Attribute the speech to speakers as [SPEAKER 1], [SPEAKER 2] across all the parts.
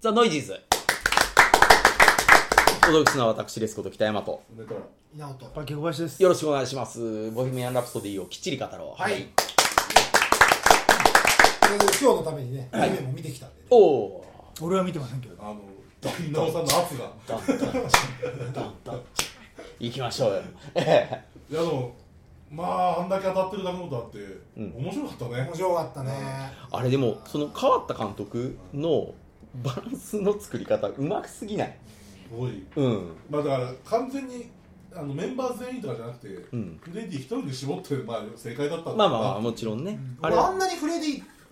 [SPEAKER 1] ザ・ノイジーズ。お届けするのは私ですこと北山と。
[SPEAKER 2] だから
[SPEAKER 3] 稲本
[SPEAKER 4] パケ小林です。
[SPEAKER 1] よろしくお願いします。ボヘミアン・ラプソディをきっちり語ろう。
[SPEAKER 2] はい。
[SPEAKER 3] それで今日のためにね、アニメも見てきたんでね、
[SPEAKER 1] おお
[SPEAKER 4] 俺は見てませんけど。
[SPEAKER 2] あの旦那さんの圧が
[SPEAKER 1] ー。ダンダンチダンダンチ行きましょうよ。 え
[SPEAKER 2] いやでもまああんだけ当たってるだけのことあって、
[SPEAKER 1] ん
[SPEAKER 2] 面白かったね
[SPEAKER 3] 面白かったね。
[SPEAKER 1] えあれでも、その変わった監督のバランスの作り方、うますぎない。
[SPEAKER 2] すごい
[SPEAKER 1] うん。
[SPEAKER 2] まあだから完全にあのメンバー全員とかじゃなくて、
[SPEAKER 1] ん
[SPEAKER 2] フレディ一人で絞ってまあ正解だったんだ
[SPEAKER 1] まあまあまあ、もちろんね。あれ
[SPEAKER 3] 俺あんなにフレデ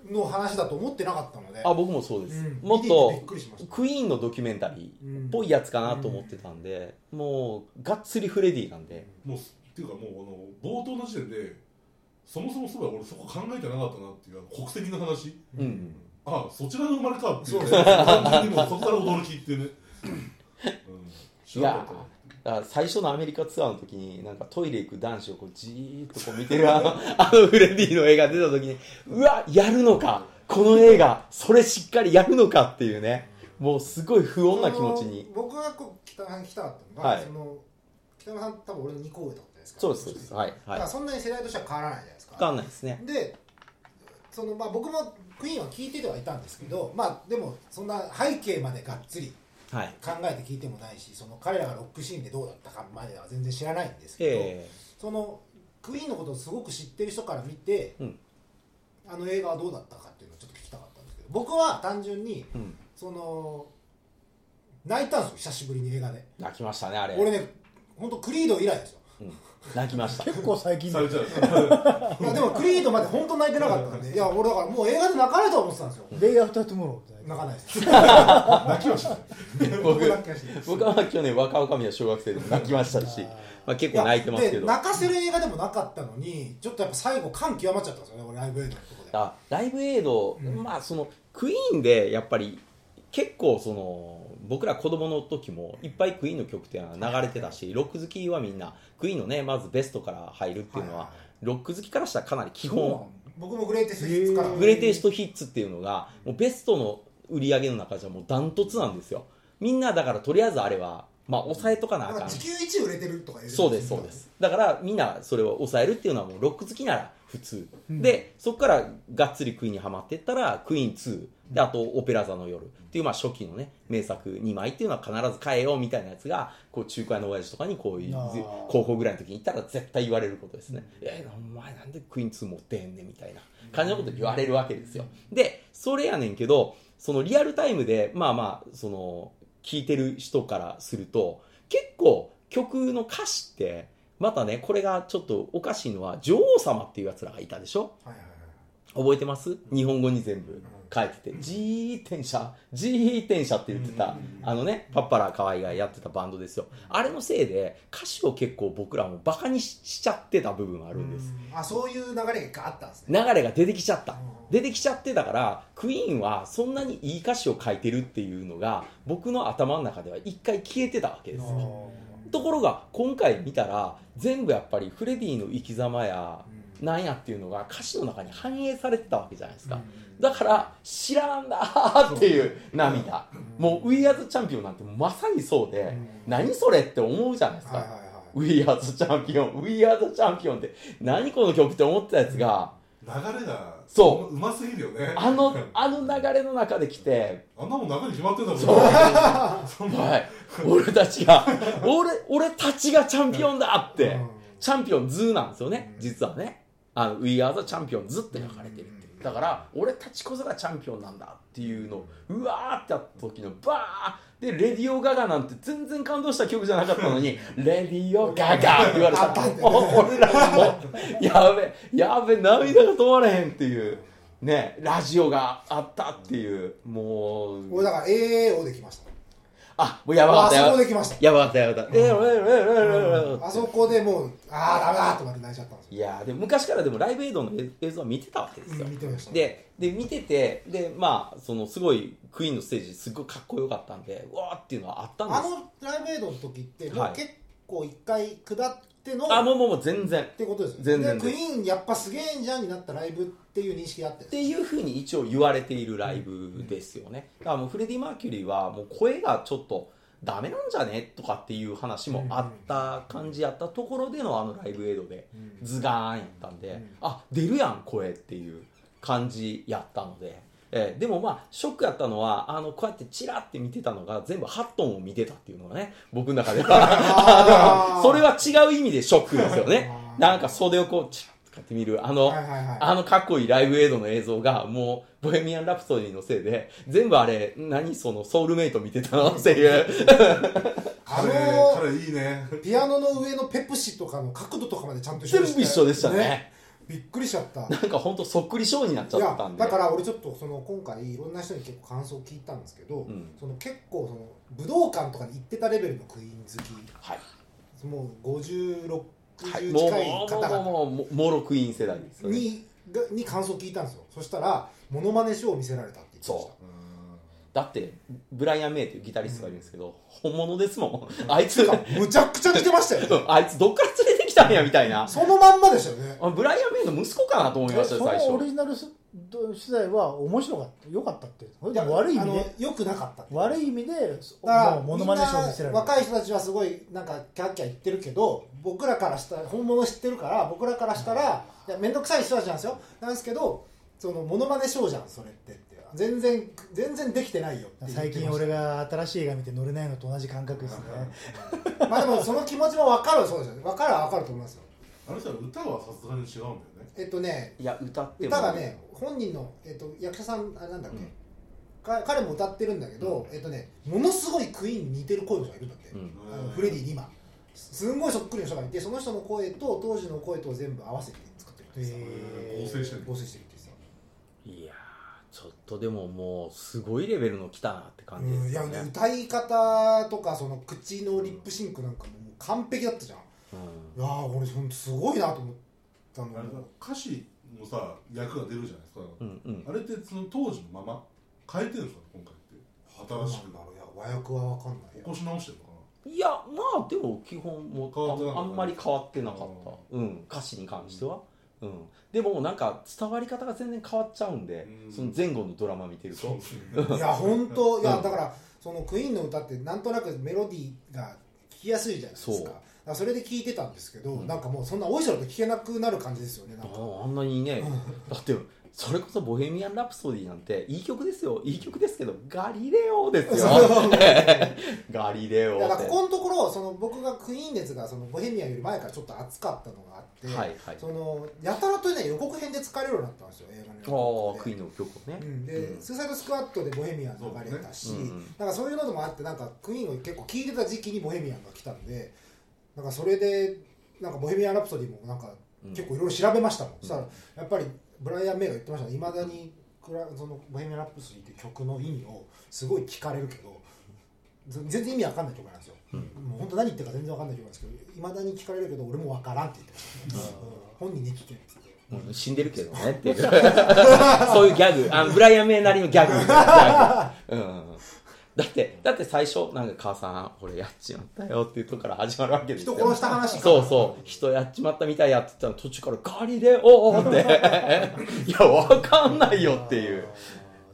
[SPEAKER 3] ィの話だと思ってなかったので、
[SPEAKER 1] あ僕もそうです、
[SPEAKER 3] うん
[SPEAKER 1] もっ
[SPEAKER 3] 見ていてびっ
[SPEAKER 1] と
[SPEAKER 3] くりしました
[SPEAKER 1] クイーンのドキュメンタリーっぽいやつかなと思ってたんで、もうがっつりフレディなんで、
[SPEAKER 2] もうすっていうかもうあの冒頭の時点でそもそもそういえば俺そこ考えてなかったなっていうあの国籍の話
[SPEAKER 1] うん
[SPEAKER 2] ああそちらの生まれかっていうね完全にもうそこから驚きっていうね、うん、知
[SPEAKER 1] い
[SPEAKER 2] ら
[SPEAKER 1] や
[SPEAKER 2] なかったね
[SPEAKER 1] だから最初のアメリカツアーの時になんかトイレ行く男子をこうじーっとこう見てるあの あのフレディの映画出た時にうわやるのかこの映画それしっかりやるのかっていうねもうすごい不穏な気持ち
[SPEAKER 3] そ
[SPEAKER 1] に
[SPEAKER 3] の僕がこう北山来たかったのが、
[SPEAKER 1] はい
[SPEAKER 3] その北山さん多分俺の2個上だったじゃないですか。
[SPEAKER 1] そうですそうですはい
[SPEAKER 3] だ
[SPEAKER 1] はい
[SPEAKER 3] からそんなに世代としては変わらないじゃないですか。
[SPEAKER 1] 分かんないですね
[SPEAKER 3] でそのまあ僕もクイーンは聞いててはいたんですけど、まあでもそんな背景までがっつり
[SPEAKER 1] はい
[SPEAKER 3] 考えて聞いてもないしその彼らがロックシーンでどうだったかまでは全然知らないんですけど、
[SPEAKER 1] え
[SPEAKER 3] そのクイーンのことをすごく知ってる人から見て、
[SPEAKER 1] うん
[SPEAKER 3] あの映画はどうだったかっていうのをちょっと聞きたかったんですけど僕は単純に
[SPEAKER 1] えうん
[SPEAKER 3] その泣いたんですよ久しぶりに映画で
[SPEAKER 1] 泣きましたねあれ、
[SPEAKER 3] 俺ね本当クリード以来です よ
[SPEAKER 1] うん、泣きました
[SPEAKER 4] 結構最近
[SPEAKER 2] さ
[SPEAKER 4] だ
[SPEAKER 2] れちゃう
[SPEAKER 3] いやでもクリードまで本当泣いてなかったんでいや俺だからもう映画で泣かないとは思ってたんですよ
[SPEAKER 4] レイアフタートゥモローって。
[SPEAKER 3] 泣かな いです
[SPEAKER 2] 泣きはしない
[SPEAKER 1] 僕
[SPEAKER 3] 泣きはしないです
[SPEAKER 1] 僕は去年若女将は小学生でも泣きましたしまあ結構泣いてますけ
[SPEAKER 3] で
[SPEAKER 1] ど
[SPEAKER 3] 泣かせる映画でもなかったのにちょっとやっぱ最後感極まっちゃったんですよね俺ライブ映画のとこで
[SPEAKER 1] あライブエイド、
[SPEAKER 3] うん
[SPEAKER 1] まあそのクイーンでやっぱり結構その僕ら子供の時もいっぱいクイーンの曲っていうのは流れてたしロック好きはみんなクイーンのねまずベストから入るっていうのは、
[SPEAKER 3] はいはい
[SPEAKER 1] ロック好きからしたらかなり基
[SPEAKER 4] そうな
[SPEAKER 1] 本
[SPEAKER 4] の
[SPEAKER 3] 僕もグレイテストヒッツから
[SPEAKER 4] へー
[SPEAKER 1] グレイテストヒッツっていうのがもうベストの売り上げの中じゃもうダントツなんですよみんなだからとりあえずあれはまあ抑えとかなあ
[SPEAKER 3] なん
[SPEAKER 1] か
[SPEAKER 3] か
[SPEAKER 1] ん
[SPEAKER 3] 地球一売れてるとか言
[SPEAKER 1] そうですそうですだからみんなそれを抑えるっていうのはもうロック好きなら普通、でそこからがっつりクイーンにはまっていったらクイーン2であと「オペラ座の夜」っていうまあ初期のね名作2枚っていうのは必ず変えようみたいなやつがこう中華の親父とかにこういう
[SPEAKER 4] あー
[SPEAKER 1] ず高校ぐらいの時に行ったら絶対言われることですね「えーお前なんでクイーン2持ってへんねん」みたいな感じのこと言われるわけですよでそれやねんけどそのリアルタイムでまあまあその聞いてる人からすると結構曲の歌詞ってまたねこれがちょっとおかしいのは女王様っていうやつらがいたでしょ
[SPEAKER 3] はいはいはい
[SPEAKER 1] 覚えてます日本語に全部書いてて「自転車自転車」って言ってたあのねパッパラー河合がやってたバンドですよあれのせいで歌詞を結構僕らもバカにしちゃってた部分があるんです
[SPEAKER 3] あそういう流れが一回あったんですね
[SPEAKER 1] 流れが出てきちゃった
[SPEAKER 3] ん
[SPEAKER 1] 出てきちゃってだからクイーンはそんなにいい歌詞を書いてるっていうのが僕の頭の中では一回消えてたわけですよところが今回見たら全部やっぱりフレディの生き様やなんやっていうのが歌詞の中に反映されてたわけじゃないですか、だから知らんだーっていう涙もう「We Are the Champion」なんてまさにそうで、何それって思うじゃないですか、
[SPEAKER 3] はいはいは
[SPEAKER 1] We are the champion, we are the champion って何この曲って思ってたやつが
[SPEAKER 2] 流れが
[SPEAKER 1] そう
[SPEAKER 2] うますぎるよね
[SPEAKER 1] あのあの流れの中で来て
[SPEAKER 2] あんなもん中に決まってんだもん
[SPEAKER 1] そう
[SPEAKER 2] そんな
[SPEAKER 1] はい、俺たちが、俺、俺たちがチャンピオンだって、
[SPEAKER 3] うん
[SPEAKER 1] チャンピオンズなんですよね、実はね。あの、We are the champions って書かれてるっていう。だから、俺たちこそがチャンピオンなんだっていうのを、うわーってやった時の、バーで、レディオガガなんて全然感動した曲じゃなかったのに、レディオガガって言われた
[SPEAKER 3] あバンって
[SPEAKER 1] ら、お俺らもう、やべ、やべ、涙が止まらへんっていう。ね、ラジオがあったっていう、もう。
[SPEAKER 3] い俺だから AAO できました
[SPEAKER 1] あ、もうやばかった
[SPEAKER 3] あ
[SPEAKER 1] よ。
[SPEAKER 3] そこで来ました
[SPEAKER 1] やばかったやばかった。えー、えー、えー、えー、え
[SPEAKER 3] あそこでもうああダメだってまで泣いちゃったんです
[SPEAKER 1] ー。い
[SPEAKER 3] よ
[SPEAKER 1] やーでも昔からでもライブエイドの映像は見てたわけですよ
[SPEAKER 3] うん。見てました
[SPEAKER 1] で、で、見てて、で、まあ、その、すごい、クイーンのステージ、すごいかっこよかったんで、うわーっていうのはあったん
[SPEAKER 3] あ
[SPEAKER 1] です
[SPEAKER 3] のライブエイドの時っても
[SPEAKER 1] は
[SPEAKER 3] う
[SPEAKER 1] い
[SPEAKER 3] 結構一回下っっての
[SPEAKER 1] あ
[SPEAKER 3] っ
[SPEAKER 1] もうもうもう全然
[SPEAKER 3] てことですよね
[SPEAKER 1] 全然
[SPEAKER 3] でクイーンやっぱすげえんじゃんになったライブっていう認識だった
[SPEAKER 1] っ
[SPEAKER 3] んです
[SPEAKER 1] ていうふうに一応言われているライブですよね、だからもうフレディ・マーキュリーはもう声がちょっとダメなんじゃねとかっていう話もあった感じやったところでのあのライブエイドでズガーンやったんで、
[SPEAKER 5] うん
[SPEAKER 1] あ出るやん声っていう感じやったので、えーでもまあショックやったのはあのこうやってチラって見てたのが全部ハットンを見てたっていうのがね僕の中では それは違う意味でショックですよねなんか袖をこうチラッとかって見るあの、
[SPEAKER 3] はいはいはい
[SPEAKER 1] あのかっこいいライブエイドの映像がもうボヘミアン・ラプソディのせいで全部あれ何そのソウルメイト見てたのっていう
[SPEAKER 3] あ
[SPEAKER 2] 彼
[SPEAKER 3] の
[SPEAKER 2] 彼いいね
[SPEAKER 3] ピアノの上のペプシとかの角度とかまでちゃんと
[SPEAKER 1] 全部一緒でしたね
[SPEAKER 3] びっくりしちゃっ
[SPEAKER 1] な
[SPEAKER 3] た
[SPEAKER 1] んかほんとそっくりショーになっちゃ
[SPEAKER 3] い
[SPEAKER 1] っ
[SPEAKER 3] や
[SPEAKER 1] たんで
[SPEAKER 3] だから俺ちょっとその今回いろんな人に結構感想を聞いたんですけど、
[SPEAKER 1] ん
[SPEAKER 3] その結構その武道館とかに行ってたレベルのクイーン好き
[SPEAKER 1] はい、
[SPEAKER 3] もう5060
[SPEAKER 1] はい、
[SPEAKER 3] 近
[SPEAKER 1] もう
[SPEAKER 3] い方々、
[SPEAKER 1] もうもうもうもろクイーン世代ですよね
[SPEAKER 3] にがに感想を聞いたんですよそしたらモノマネショーを見せられたって言ってまし
[SPEAKER 1] そ
[SPEAKER 3] た
[SPEAKER 1] だってブライアン・メイというギタリストがいるんですけど、本物ですもんあいつ
[SPEAKER 3] てかむちゃくちゃ似てました よね
[SPEAKER 1] あいつどっから連れてきたんやみたいな
[SPEAKER 3] そのまんまでしたよね
[SPEAKER 1] あブライアン・メイの息子かなと思いました
[SPEAKER 4] そ
[SPEAKER 1] よ最
[SPEAKER 4] のオ
[SPEAKER 1] 初
[SPEAKER 4] リジナルす取材は面白かった、良かったって。それでも悪い意味で、
[SPEAKER 3] よくなかった
[SPEAKER 4] 悪い意味で、
[SPEAKER 3] だから
[SPEAKER 4] もうモノマネショーを見せられ
[SPEAKER 3] みんな
[SPEAKER 4] る。
[SPEAKER 3] 若い人たちはすごいなんかキャッキャ言ってるけど僕らからしたら本物知ってるから僕らからしたらいや面倒くさい人たちなんですよなんですけどそのモノマネショーじゃんそれってって全然全然できてないよって言ってま
[SPEAKER 4] 最
[SPEAKER 3] した
[SPEAKER 4] 近俺が新しい映画見て乗れないのと同じ感覚ですね。
[SPEAKER 3] まあでもその気持ちも分かるそうですよね分かるは分かると思いますよ
[SPEAKER 2] あの人は歌はさすがに違うんだよね
[SPEAKER 3] えっとね
[SPEAKER 1] いや歌っても
[SPEAKER 3] 歌がね本人の、えっと、役者さんあれなんだっけ、
[SPEAKER 1] うん
[SPEAKER 3] か彼も歌ってるんだけど、えっとねものすごいクイーンに似てる声の人がいるんだって、
[SPEAKER 1] うん
[SPEAKER 3] あのフレディ・ニマンすんごいそっくりの人がいてその人の声と当時の声と全部合わせて作ってるって言ってた
[SPEAKER 2] 合成してる
[SPEAKER 3] 合成してるって言って
[SPEAKER 1] いやーちょっとでももうすごいレベルの来たなって
[SPEAKER 3] た
[SPEAKER 1] 感じですよ
[SPEAKER 3] うんいや
[SPEAKER 1] ね、
[SPEAKER 3] 歌い方とかその口のリップシンクなんかももう完璧だったじゃんい
[SPEAKER 1] うん
[SPEAKER 3] やー俺ほんとすごいなと思ったの
[SPEAKER 2] あれさ歌詞のさ役が出るじゃないですか、
[SPEAKER 1] うんうん、
[SPEAKER 2] あれってその当時のまま変えてるんですか今回って新しく
[SPEAKER 3] なんだろういや和訳は分かんない
[SPEAKER 2] 起
[SPEAKER 3] よ
[SPEAKER 2] こし直してるのかない
[SPEAKER 1] やまあでも基本も
[SPEAKER 2] 変わってなか
[SPEAKER 1] あ
[SPEAKER 2] った
[SPEAKER 1] あんまり変わってなかった、うん、歌詞に関しては、うんでもなんか伝わり方が全然変わっちゃうんで、
[SPEAKER 2] うん
[SPEAKER 1] その前後のドラマ見てると
[SPEAKER 2] ですね
[SPEAKER 3] いや本当いや
[SPEAKER 1] うん
[SPEAKER 3] だからそのクイーンの歌ってなんとなくメロディーが聞きやすいじゃないですか
[SPEAKER 1] そう
[SPEAKER 3] だからそれで聞いてたんですけど、
[SPEAKER 1] うん
[SPEAKER 3] なんかもうそんなおいしょと聞けなくなる感じですよねなんか
[SPEAKER 1] あああんなにね、だってそれこそ「ボヘミアン・ラプソディ」なんていい曲ですよいい曲ですけどガリレオですよ ガリレオっ
[SPEAKER 3] い
[SPEAKER 1] て
[SPEAKER 3] やだからここのところその僕がクイーン熱がそのボヘミアンより前からちょっと熱かったのがあって、
[SPEAKER 1] はいはい
[SPEAKER 3] そのやたらとね予告編で使えるようになったんですよ映画の
[SPEAKER 1] あ
[SPEAKER 3] 予
[SPEAKER 1] あ
[SPEAKER 3] 告
[SPEAKER 1] クイ
[SPEAKER 3] 編
[SPEAKER 1] ーンの曲をね、
[SPEAKER 3] で,、うんで
[SPEAKER 1] うん
[SPEAKER 3] スーサイドスクワットでボヘミアン流れたし、
[SPEAKER 1] そうねうん
[SPEAKER 3] なんかそういうのもあってなんかクイーンを結構聴いてた時期にボヘミアンが来たんでなんかそれでなんかボヘミアン・ラプソディもなんか結構いろいろ調べましたもん、そしたらやっぱりブライアン・メイが言ってましたねいまだにクラその「ボヘミアン・ラプソディ」っていう曲の意味をすごい聞かれるけどぜ全然意味わかんない曲なんですよ、もう本当何言ってるか全然わかんない曲なんですけどいまだに聞かれるけど俺もわからんって言ってました、うん本人に聞けって言って
[SPEAKER 1] うん死んでるけど ねっていうそういうギャグあのブライアン・メイなりのギャ グギャグ、うん、だってだって最初なんか母さん俺やっちまったよっていうとこから始まるわけですよ
[SPEAKER 3] 人殺した話か
[SPEAKER 1] そうそう人やっちまったみたいやって言ったら途中からガリレオって いやわかんないよっていう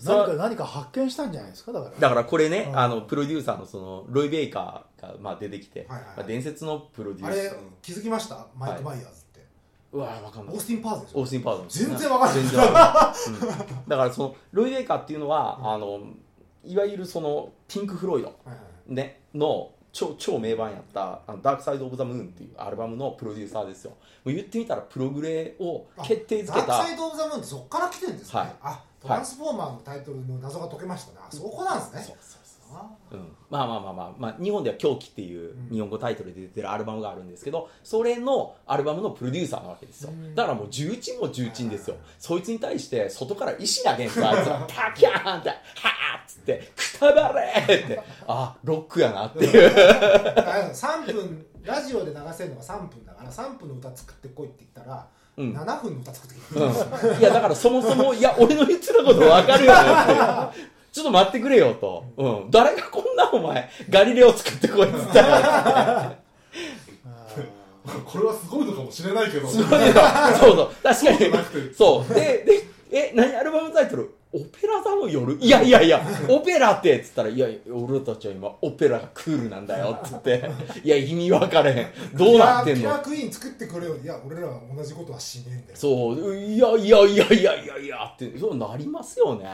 [SPEAKER 4] 何か何か発見したんじゃないですかだから。
[SPEAKER 1] だからこれね、
[SPEAKER 4] うん
[SPEAKER 1] あのプロデューサーのそのロイ・ベイカーがまあ出てきて、
[SPEAKER 3] はいはいはい
[SPEAKER 1] まあ、伝説のプロデュ
[SPEAKER 3] あ
[SPEAKER 1] ーサー
[SPEAKER 3] れ気づきましたマイク・マイヤーズって、
[SPEAKER 1] うわわかんない
[SPEAKER 3] オースティン・パーズでし
[SPEAKER 1] オー
[SPEAKER 3] ょ
[SPEAKER 1] スティン・パウダーの
[SPEAKER 3] 全然わかんない
[SPEAKER 1] 全然わかんないうんだからそのロイ・ウェイカーっていうのは、あのいわゆるそのピンク・フロイド、
[SPEAKER 3] はいはいはい
[SPEAKER 1] ね、の超超名盤やった「あのダークサイド・オブ・ザ・ムーン」っていうアルバムのプロデューサーですよもう言ってみたらプログレを決定づけ
[SPEAKER 3] ダー
[SPEAKER 1] た
[SPEAKER 3] クサイド・オブ・ザ・ムーンってそっから来てるんですね、
[SPEAKER 1] はい
[SPEAKER 3] あトランスフォーマーのタイトルの謎が解けましたねあそこなんですね、
[SPEAKER 1] そうそう
[SPEAKER 3] あ
[SPEAKER 1] うん、まあまあまあまあ、まあ、日本では「狂気」っていう日本語タイトルで出てるアルバムがあるんですけどそれのアルバムのプロデューサーなわけですよだからもう重鎮も重鎮ですよそいつに対して外から石投げんすよあい つは「パキャーン!」って「はあ!」っつって「くたばれ!」ってあロックやなっていう
[SPEAKER 3] ー3分ラジオで流せるのが3分だから3分の歌作ってこいって言ったら、
[SPEAKER 1] ん
[SPEAKER 3] 7分の歌作ってきて
[SPEAKER 1] うんいやだからそもそも「いや俺の言ってたことわかるよね」って ちょっと待ってくれよと、うん、誰がこんなお前ガリレオ作ってこいっつったら
[SPEAKER 4] あ
[SPEAKER 2] これはすごいのかもしれないけど
[SPEAKER 1] すごいよそうそう確か
[SPEAKER 2] そう
[SPEAKER 1] に
[SPEAKER 2] じゃなくて
[SPEAKER 1] そうででえ何アルバムタイトル「オペラ座の夜」いやいやいやオペラってっつったら「いや俺たちは今オペラがクールなんだよ」っつって「いや意味分かれへんどうなってん
[SPEAKER 3] キ
[SPEAKER 1] の
[SPEAKER 3] ラーキラークイーン作ってくれよいや俺らは同じことはしねえんだよ
[SPEAKER 1] そう、いやいやいやいやいやいやって、そうなりますよね。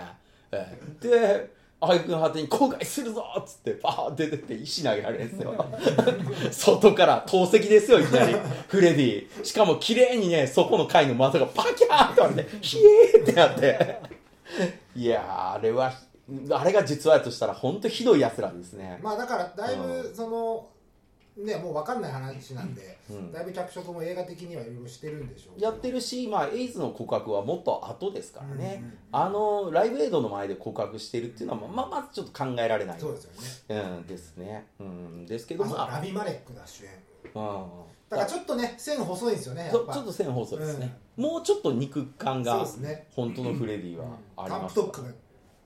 [SPEAKER 1] ええで、あいくん果てに後悔するぞっつって、バーって出て石投げられるんです よ。外から投石ですよ、いきなり。フレディ。しかも綺麗にね、そこの階の窓がパキャーって割れて、ヒエーってなって。いやー、あれは、あれが実話やとしたら、ほんとひどい奴らですね。
[SPEAKER 3] まあだからだいうぶそのねもう分かんない話なんで、
[SPEAKER 1] うん
[SPEAKER 3] だいぶ脚色も映画的にはいろいろしてるんでしょうけど
[SPEAKER 1] やってるし、まあ、エイズの告白はもっと後ですからね、
[SPEAKER 3] うんうん
[SPEAKER 1] あのライブエイドの前で告白してるっていうのは、まあ、まあまずちょっと考えられない
[SPEAKER 3] そうですよね
[SPEAKER 1] うん、ですね、うん、ですけど、
[SPEAKER 3] あそう
[SPEAKER 1] ま
[SPEAKER 3] ラビマレックが主演
[SPEAKER 1] あ、うん、
[SPEAKER 3] だからちょっとね線細いんですよねや
[SPEAKER 1] ちょ
[SPEAKER 3] っぱ
[SPEAKER 1] ちょっと線細いですね、もうちょっと肉感
[SPEAKER 3] そう
[SPEAKER 1] が
[SPEAKER 3] ですね
[SPEAKER 1] 本当のフレディはあり
[SPEAKER 3] タン
[SPEAKER 1] ま
[SPEAKER 3] プ
[SPEAKER 1] す
[SPEAKER 3] トップが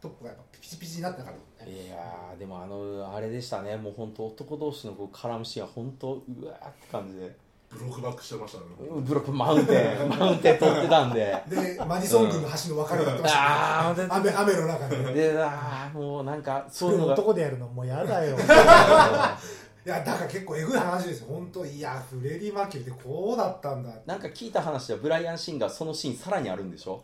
[SPEAKER 3] トップがやっぱピチピチになってなかったもんね
[SPEAKER 1] いやーでもあのあれでしたねもう本当男同士のこう絡むシーンは本当うわーって感じで
[SPEAKER 2] ブロックバックしてましたね
[SPEAKER 1] うんブロックマウンテ ンマウンテン取ってたんで
[SPEAKER 3] で マディソン軍の橋の別れだってました、
[SPEAKER 1] ああ
[SPEAKER 3] 雨雨の中で、ね、
[SPEAKER 1] であーもうなんかそういうのが
[SPEAKER 4] 男でやるのもうやだよ
[SPEAKER 3] いやだから結構えぐい話ですよ本当いやフレディ・マーキュリーってこうだったんだ
[SPEAKER 1] なんか聞いた話ではブライアン・シンガーそのシーンさらにあるんでしょ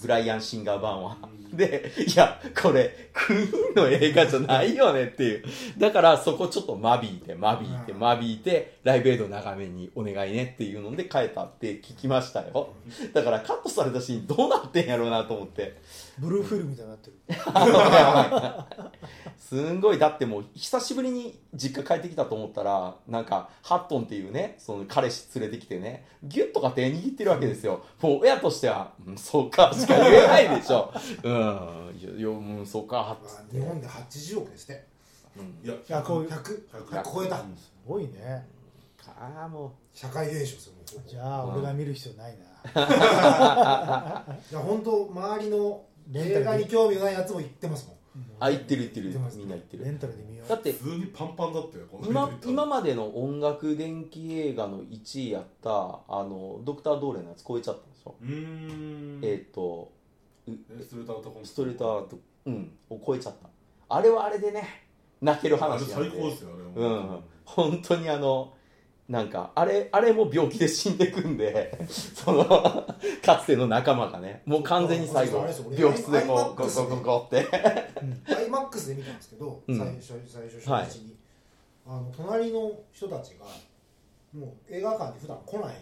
[SPEAKER 1] ブライアン・シンガー版は。 で、いや、これ、クイーンの映画じゃないよねっていう。だから、そこちょっと間引いて、間引いて、
[SPEAKER 3] うん
[SPEAKER 1] 間引いて、ライブエイド長めにお願いねっていうので変えたって聞きましたよ。だから、カットされたシーンどうなってんやろうなと思って。
[SPEAKER 4] ブルーフィルみたいになってる
[SPEAKER 1] すんごい、だってもう、久しぶりに実家帰ってきたと思ったら、なんか、ハットンっていうね、その彼氏連れてきてね、ギュッとか手握ってるわけですよ。もう親としては、うん、そうか、しか言えないでしょ。うん、いや、いやうん、そうか、
[SPEAKER 3] ま
[SPEAKER 1] つっ
[SPEAKER 3] あ
[SPEAKER 1] て
[SPEAKER 3] 日。本で80億ですって
[SPEAKER 1] うん
[SPEAKER 2] いや
[SPEAKER 4] いやこういう
[SPEAKER 3] 100
[SPEAKER 2] 100
[SPEAKER 3] 超え
[SPEAKER 2] う
[SPEAKER 3] た
[SPEAKER 2] ん
[SPEAKER 4] すごいね
[SPEAKER 1] ああ、も
[SPEAKER 3] 社会現象ですよもうほぼ
[SPEAKER 4] じゃあ
[SPEAKER 1] うん
[SPEAKER 4] 俺が見る必要ないな、
[SPEAKER 3] いや本当周りの映画に興味のないやつも言ってますもん
[SPEAKER 1] う、あ、言ってる言ってる
[SPEAKER 3] 言ってま、す
[SPEAKER 1] みんな言って
[SPEAKER 4] レ
[SPEAKER 1] る。
[SPEAKER 4] ンタルで見よう
[SPEAKER 1] だって、
[SPEAKER 2] 普通にパンパンだったよこの
[SPEAKER 1] 今
[SPEAKER 2] 人
[SPEAKER 1] 今までの音楽電気映画の1位やった、あの、ドクター・ドーレンのやつ超えちゃったんでしょ。
[SPEAKER 2] うーん
[SPEAKER 1] えっ、と、
[SPEAKER 2] えストレートアウトコン
[SPEAKER 1] ストレートアート、うん、を超えちゃった。あれはあれでね、泣ける
[SPEAKER 2] あれ
[SPEAKER 1] 話なんで。
[SPEAKER 2] 最高ですよあれ
[SPEAKER 1] う
[SPEAKER 2] は
[SPEAKER 1] ん、本当にあの、なんか、あれ、あれも病気で死んでくんで、その、かつての仲間がね、もう完全に最後
[SPEAKER 3] あれですよ、俺
[SPEAKER 1] 病室でこう、
[SPEAKER 3] ア
[SPEAKER 1] ゴ
[SPEAKER 3] イマックス
[SPEAKER 1] ゴゴゴって。
[SPEAKER 3] IMAX で見たんですけど、
[SPEAKER 1] うん
[SPEAKER 3] 最初最初初日に、あの隣の人たちがもう映画館に普段来ない
[SPEAKER 4] な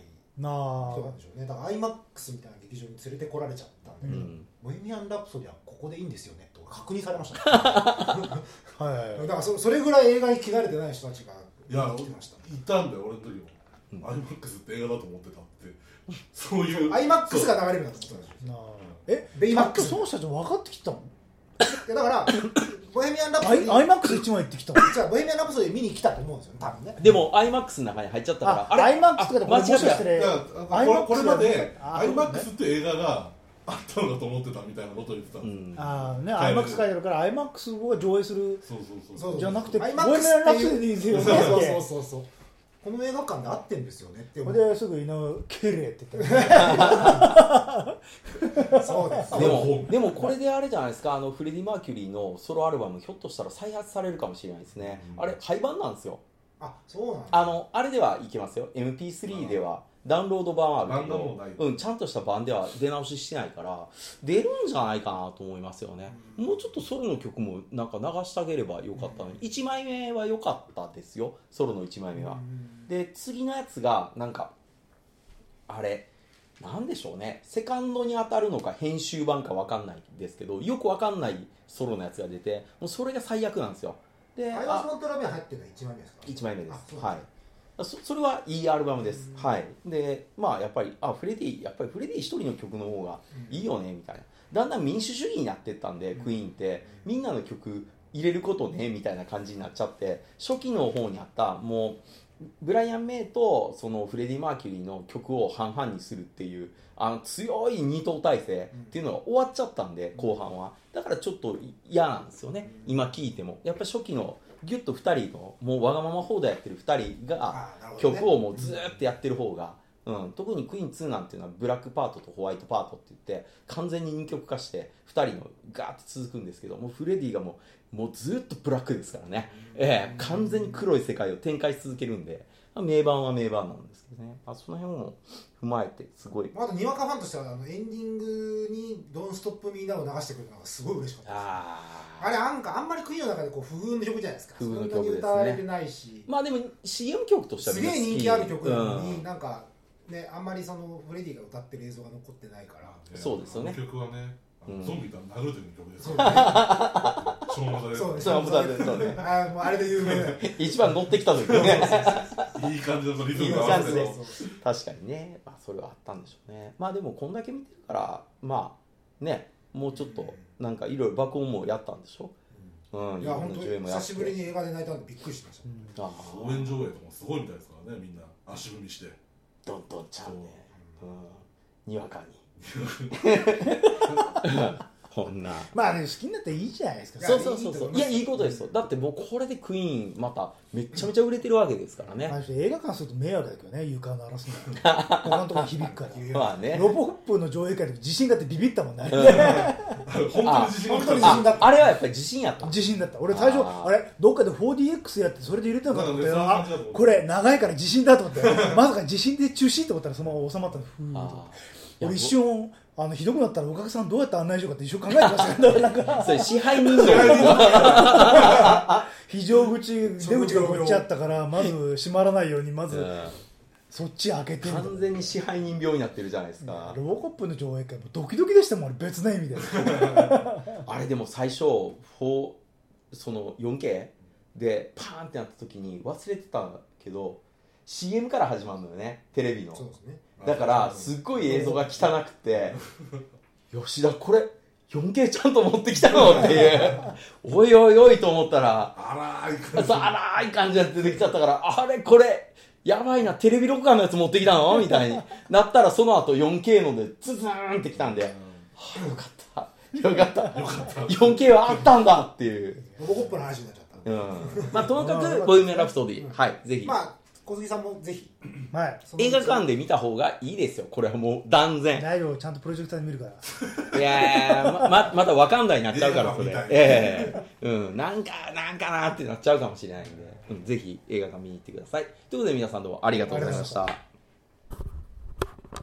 [SPEAKER 3] 人なん
[SPEAKER 4] あ
[SPEAKER 3] でしょうねだから IMAX みたいな劇場に連れてこられちゃったんだけ
[SPEAKER 1] う
[SPEAKER 3] ど、
[SPEAKER 1] ん
[SPEAKER 3] ボヘミアン・ラプソディはここでいいんですよねと確認されま した、ね、
[SPEAKER 4] はい
[SPEAKER 3] だからそそれぐらい映画に慣れてない人たちが
[SPEAKER 2] いや
[SPEAKER 3] 来てました
[SPEAKER 2] いたんだよ俺の時も
[SPEAKER 1] うん
[SPEAKER 2] IMAX って映画だと思ってたって そういう
[SPEAKER 3] IMAX が流れるなんてことなんですよ
[SPEAKER 4] なあえ
[SPEAKER 3] ベイマックス
[SPEAKER 4] その人たちも分かってきたの
[SPEAKER 3] いやだからボヘミアン・ラプソ
[SPEAKER 4] ア
[SPEAKER 3] デ
[SPEAKER 4] イ
[SPEAKER 3] ィ
[SPEAKER 4] アイマックス一枚行ってきたの
[SPEAKER 3] じゃあボヘミアン・ラプソディ見に来たと思うんですよね多分ね
[SPEAKER 1] でも、IMAX の中に入っちゃったから、
[SPEAKER 4] あアイマックスとかで
[SPEAKER 1] あ
[SPEAKER 4] これ
[SPEAKER 1] 間違
[SPEAKER 4] も
[SPEAKER 1] っ
[SPEAKER 4] しかした
[SPEAKER 1] た。
[SPEAKER 2] いや
[SPEAKER 4] ら
[SPEAKER 2] これこれまで
[SPEAKER 4] あそうね
[SPEAKER 2] IMAX って映画があったのかと思ってたみたいなことを言ってた
[SPEAKER 1] う
[SPEAKER 2] の
[SPEAKER 1] ん
[SPEAKER 4] ああね、
[SPEAKER 2] はい
[SPEAKER 4] IMAX 書いてあるから IMAX を上映する
[SPEAKER 2] そうそう
[SPEAKER 3] そう
[SPEAKER 2] そう
[SPEAKER 4] じゃなくて
[SPEAKER 3] アイ
[SPEAKER 4] ボヘミ
[SPEAKER 3] マッ
[SPEAKER 4] ア
[SPEAKER 3] クスっていう
[SPEAKER 4] ン・ラプソディですよね
[SPEAKER 3] そうそう
[SPEAKER 4] って
[SPEAKER 3] そうそうそうこの映画館で合ってんですよねって
[SPEAKER 4] そ
[SPEAKER 3] 思
[SPEAKER 4] れ
[SPEAKER 3] う
[SPEAKER 4] ですぐ井上「けれ」って言った
[SPEAKER 3] そうです
[SPEAKER 1] でも、でもこれであれじゃないですか、あのフレディ・マーキュリーのソロアルバム、ひょっとしたら再発されるかもしれないですね。
[SPEAKER 2] うん
[SPEAKER 1] あれ、廃盤なんですよ。
[SPEAKER 3] あそうなんだ
[SPEAKER 1] あの、あれではいけますよ。MP3 では。ダウンロード版はあるけ
[SPEAKER 2] 版がもうない
[SPEAKER 1] ど、うん、ちゃんとした版では出直ししてないから、出るんじゃないかなと思いますよね。もうちょっとソロの曲もなんか流してあげればよかったのに、1枚目は良かったですよ、ソロの1枚目は。で、次のやつが、なんか、あれ、なんでしょうね、セカンドに当たるのか編集版かわかんないですけど、よくわかんないソロのやつが出て、もうそれが最悪なんですよ。で、
[SPEAKER 3] アイ
[SPEAKER 1] あ
[SPEAKER 3] マスモントラベン入ってるのは1枚目ですか
[SPEAKER 1] 1枚目で
[SPEAKER 3] あ
[SPEAKER 1] す
[SPEAKER 3] そう
[SPEAKER 1] はいそそれはいいアルバムです、
[SPEAKER 3] うん
[SPEAKER 1] はいでまあやっぱりあフレディやっぱりフレディ一人の曲の方がいいよねみたいなだんだん民主主義になってったんで、
[SPEAKER 3] うん
[SPEAKER 1] クイーンってみんなの曲入れることねみたいな感じになっちゃって初期の方にあったもうブライアン・メイとそのフレディ・マーキュリーの曲を半々にするっていうあの強い二頭体制っていうのが終わっちゃったんで後半はだからちょっと嫌なんですよね今聞いてもやっぱ初期のギュッと2人のもうわがまま放題やってる2人が
[SPEAKER 3] あーなるほどね
[SPEAKER 1] 曲をもうずーっとやってる方が、うん、特にクイーン2なんていうのはブラックパートとホワイトパートって言って完全に2曲化して2人のガーッと続くんですけどもうフレディがもうもうずーっとブラックですからね、ええ完全に黒い世界を展開し続けるんで名盤は名盤なんですけどねあその辺も踏まえてすごい
[SPEAKER 3] まああとにわかファンとしてはあのエンディングに「ドンストップミーナを流してくれたのがすごい嬉しかったです
[SPEAKER 1] あ
[SPEAKER 3] あれなんかあんまりクイーンの中でこう不遇の曲じゃないですか
[SPEAKER 1] 不遇の曲
[SPEAKER 3] そんなに歌
[SPEAKER 1] ですね
[SPEAKER 3] われてないし、
[SPEAKER 1] まあでも CM 曲としては
[SPEAKER 3] す
[SPEAKER 1] みんな
[SPEAKER 3] げ
[SPEAKER 1] 好
[SPEAKER 3] え
[SPEAKER 1] き
[SPEAKER 3] 人気ある曲なのに、
[SPEAKER 1] うん
[SPEAKER 3] なんかねあんまりそのフレディが歌ってる映像が残ってな いから
[SPEAKER 1] そうですよね
[SPEAKER 2] あの曲はね、あの
[SPEAKER 1] うん
[SPEAKER 2] ゾンビから殴るという曲です
[SPEAKER 3] そう
[SPEAKER 2] よ。
[SPEAKER 3] だ
[SPEAKER 2] 消耗され
[SPEAKER 3] ね
[SPEAKER 2] る
[SPEAKER 3] そうね
[SPEAKER 1] そうそうね
[SPEAKER 3] あーもうあれで有 名だよ
[SPEAKER 1] 一番乗ってきた時ね
[SPEAKER 2] いい感じのそのリズ
[SPEAKER 1] いい
[SPEAKER 2] ムが合
[SPEAKER 1] 感
[SPEAKER 2] わ
[SPEAKER 1] じ
[SPEAKER 2] せ
[SPEAKER 1] で
[SPEAKER 2] て
[SPEAKER 1] す。確かにね、まあ、それはあったんでしょうねまあでもこんだけ見てるからまあねもうちょっとなんかいろいろ爆音もやったんでしょうん
[SPEAKER 3] い
[SPEAKER 1] い
[SPEAKER 3] や
[SPEAKER 1] ろ
[SPEAKER 3] 本
[SPEAKER 1] んな
[SPEAKER 3] 当
[SPEAKER 1] 上
[SPEAKER 3] に
[SPEAKER 1] 映もや
[SPEAKER 3] 久
[SPEAKER 1] って
[SPEAKER 3] しぶりに映画で泣いたんでびっくりしました、
[SPEAKER 1] ああ
[SPEAKER 2] 応援上映とかもすごいみたいですからね、みんな足踏みして。
[SPEAKER 1] どんどんちゃんねうんにわかにこんな
[SPEAKER 4] まあね好きになっていいじゃないですか
[SPEAKER 3] いや
[SPEAKER 1] そうそうそうそうい
[SPEAKER 3] いいと思いま
[SPEAKER 1] や
[SPEAKER 3] す
[SPEAKER 1] いいことですよだってもうこれでクイーンまためちゃめちゃ売れてるわけですからね
[SPEAKER 4] あの人映画館すると迷惑だけどね床鳴らすの 他のとこに響くから
[SPEAKER 1] まあね
[SPEAKER 4] ロボホップの上映会で自信があってビビったもんね
[SPEAKER 2] 本当に自信があったんで
[SPEAKER 4] あ本当に自
[SPEAKER 2] す
[SPEAKER 4] 信
[SPEAKER 2] よ。
[SPEAKER 1] ああれはやっぱり自信やった
[SPEAKER 4] 自信だった俺最初
[SPEAKER 1] あ
[SPEAKER 4] あ
[SPEAKER 1] ー
[SPEAKER 4] れどっかで 4DX やってそれで入れたのかと思ったよ
[SPEAKER 2] なんかね
[SPEAKER 4] あこれ長いから自信だと思ってまさか自信で中止って思ったらそのまま収まったのふーっと
[SPEAKER 1] ああ
[SPEAKER 4] 俺一瞬あのひどくなったらお客さんどうやって案内しようかって一瞬考えてましたけどなんか
[SPEAKER 1] それ支配人の
[SPEAKER 4] 非常口出口がこっちあったからまず閉まらないようにまずそっち開けてみたいな
[SPEAKER 1] 完全に支配人病になってるじゃないですか
[SPEAKER 4] ロボコップの上映会もドキドキでしたもん俺別の意味で
[SPEAKER 1] あれでも最初4その 4K でパーンってなった時に忘れてたけど CM から始まるのよねテレビの
[SPEAKER 3] そうですね
[SPEAKER 1] だからすっごい映像が汚くて 吉田これ 4K ちゃんと持ってきたのっていう おいおいおいと思ったら
[SPEAKER 2] あらーいい感じ。
[SPEAKER 1] さあらい感じで出てきちゃったからあれこれやばいなテレビ録画のやつ持ってきたのみたいになったらその後 4K のでズズーンってきたんではあよかったよかった
[SPEAKER 2] よかった。
[SPEAKER 1] 4K はあったんだっていう、
[SPEAKER 3] ロボコップの話になっちゃった、
[SPEAKER 1] うん、まあともかくボイメラプソディはいぜひ、
[SPEAKER 3] まあ小杉さんもぜひ
[SPEAKER 4] はい
[SPEAKER 3] その
[SPEAKER 1] 映画館で見た方がいいですよこれはもう断 然
[SPEAKER 4] 大丈夫ちゃんとプロジェクターで見るから
[SPEAKER 1] いやーまままたわかんないになっちゃうから
[SPEAKER 2] 映
[SPEAKER 1] そ
[SPEAKER 2] 画
[SPEAKER 1] れ
[SPEAKER 2] みたい
[SPEAKER 1] ええうんなんかなんかなってなっちゃうかもしれないんで、うん、ぜひ映画館見に行ってくださいということで皆さんどうもありがとうございました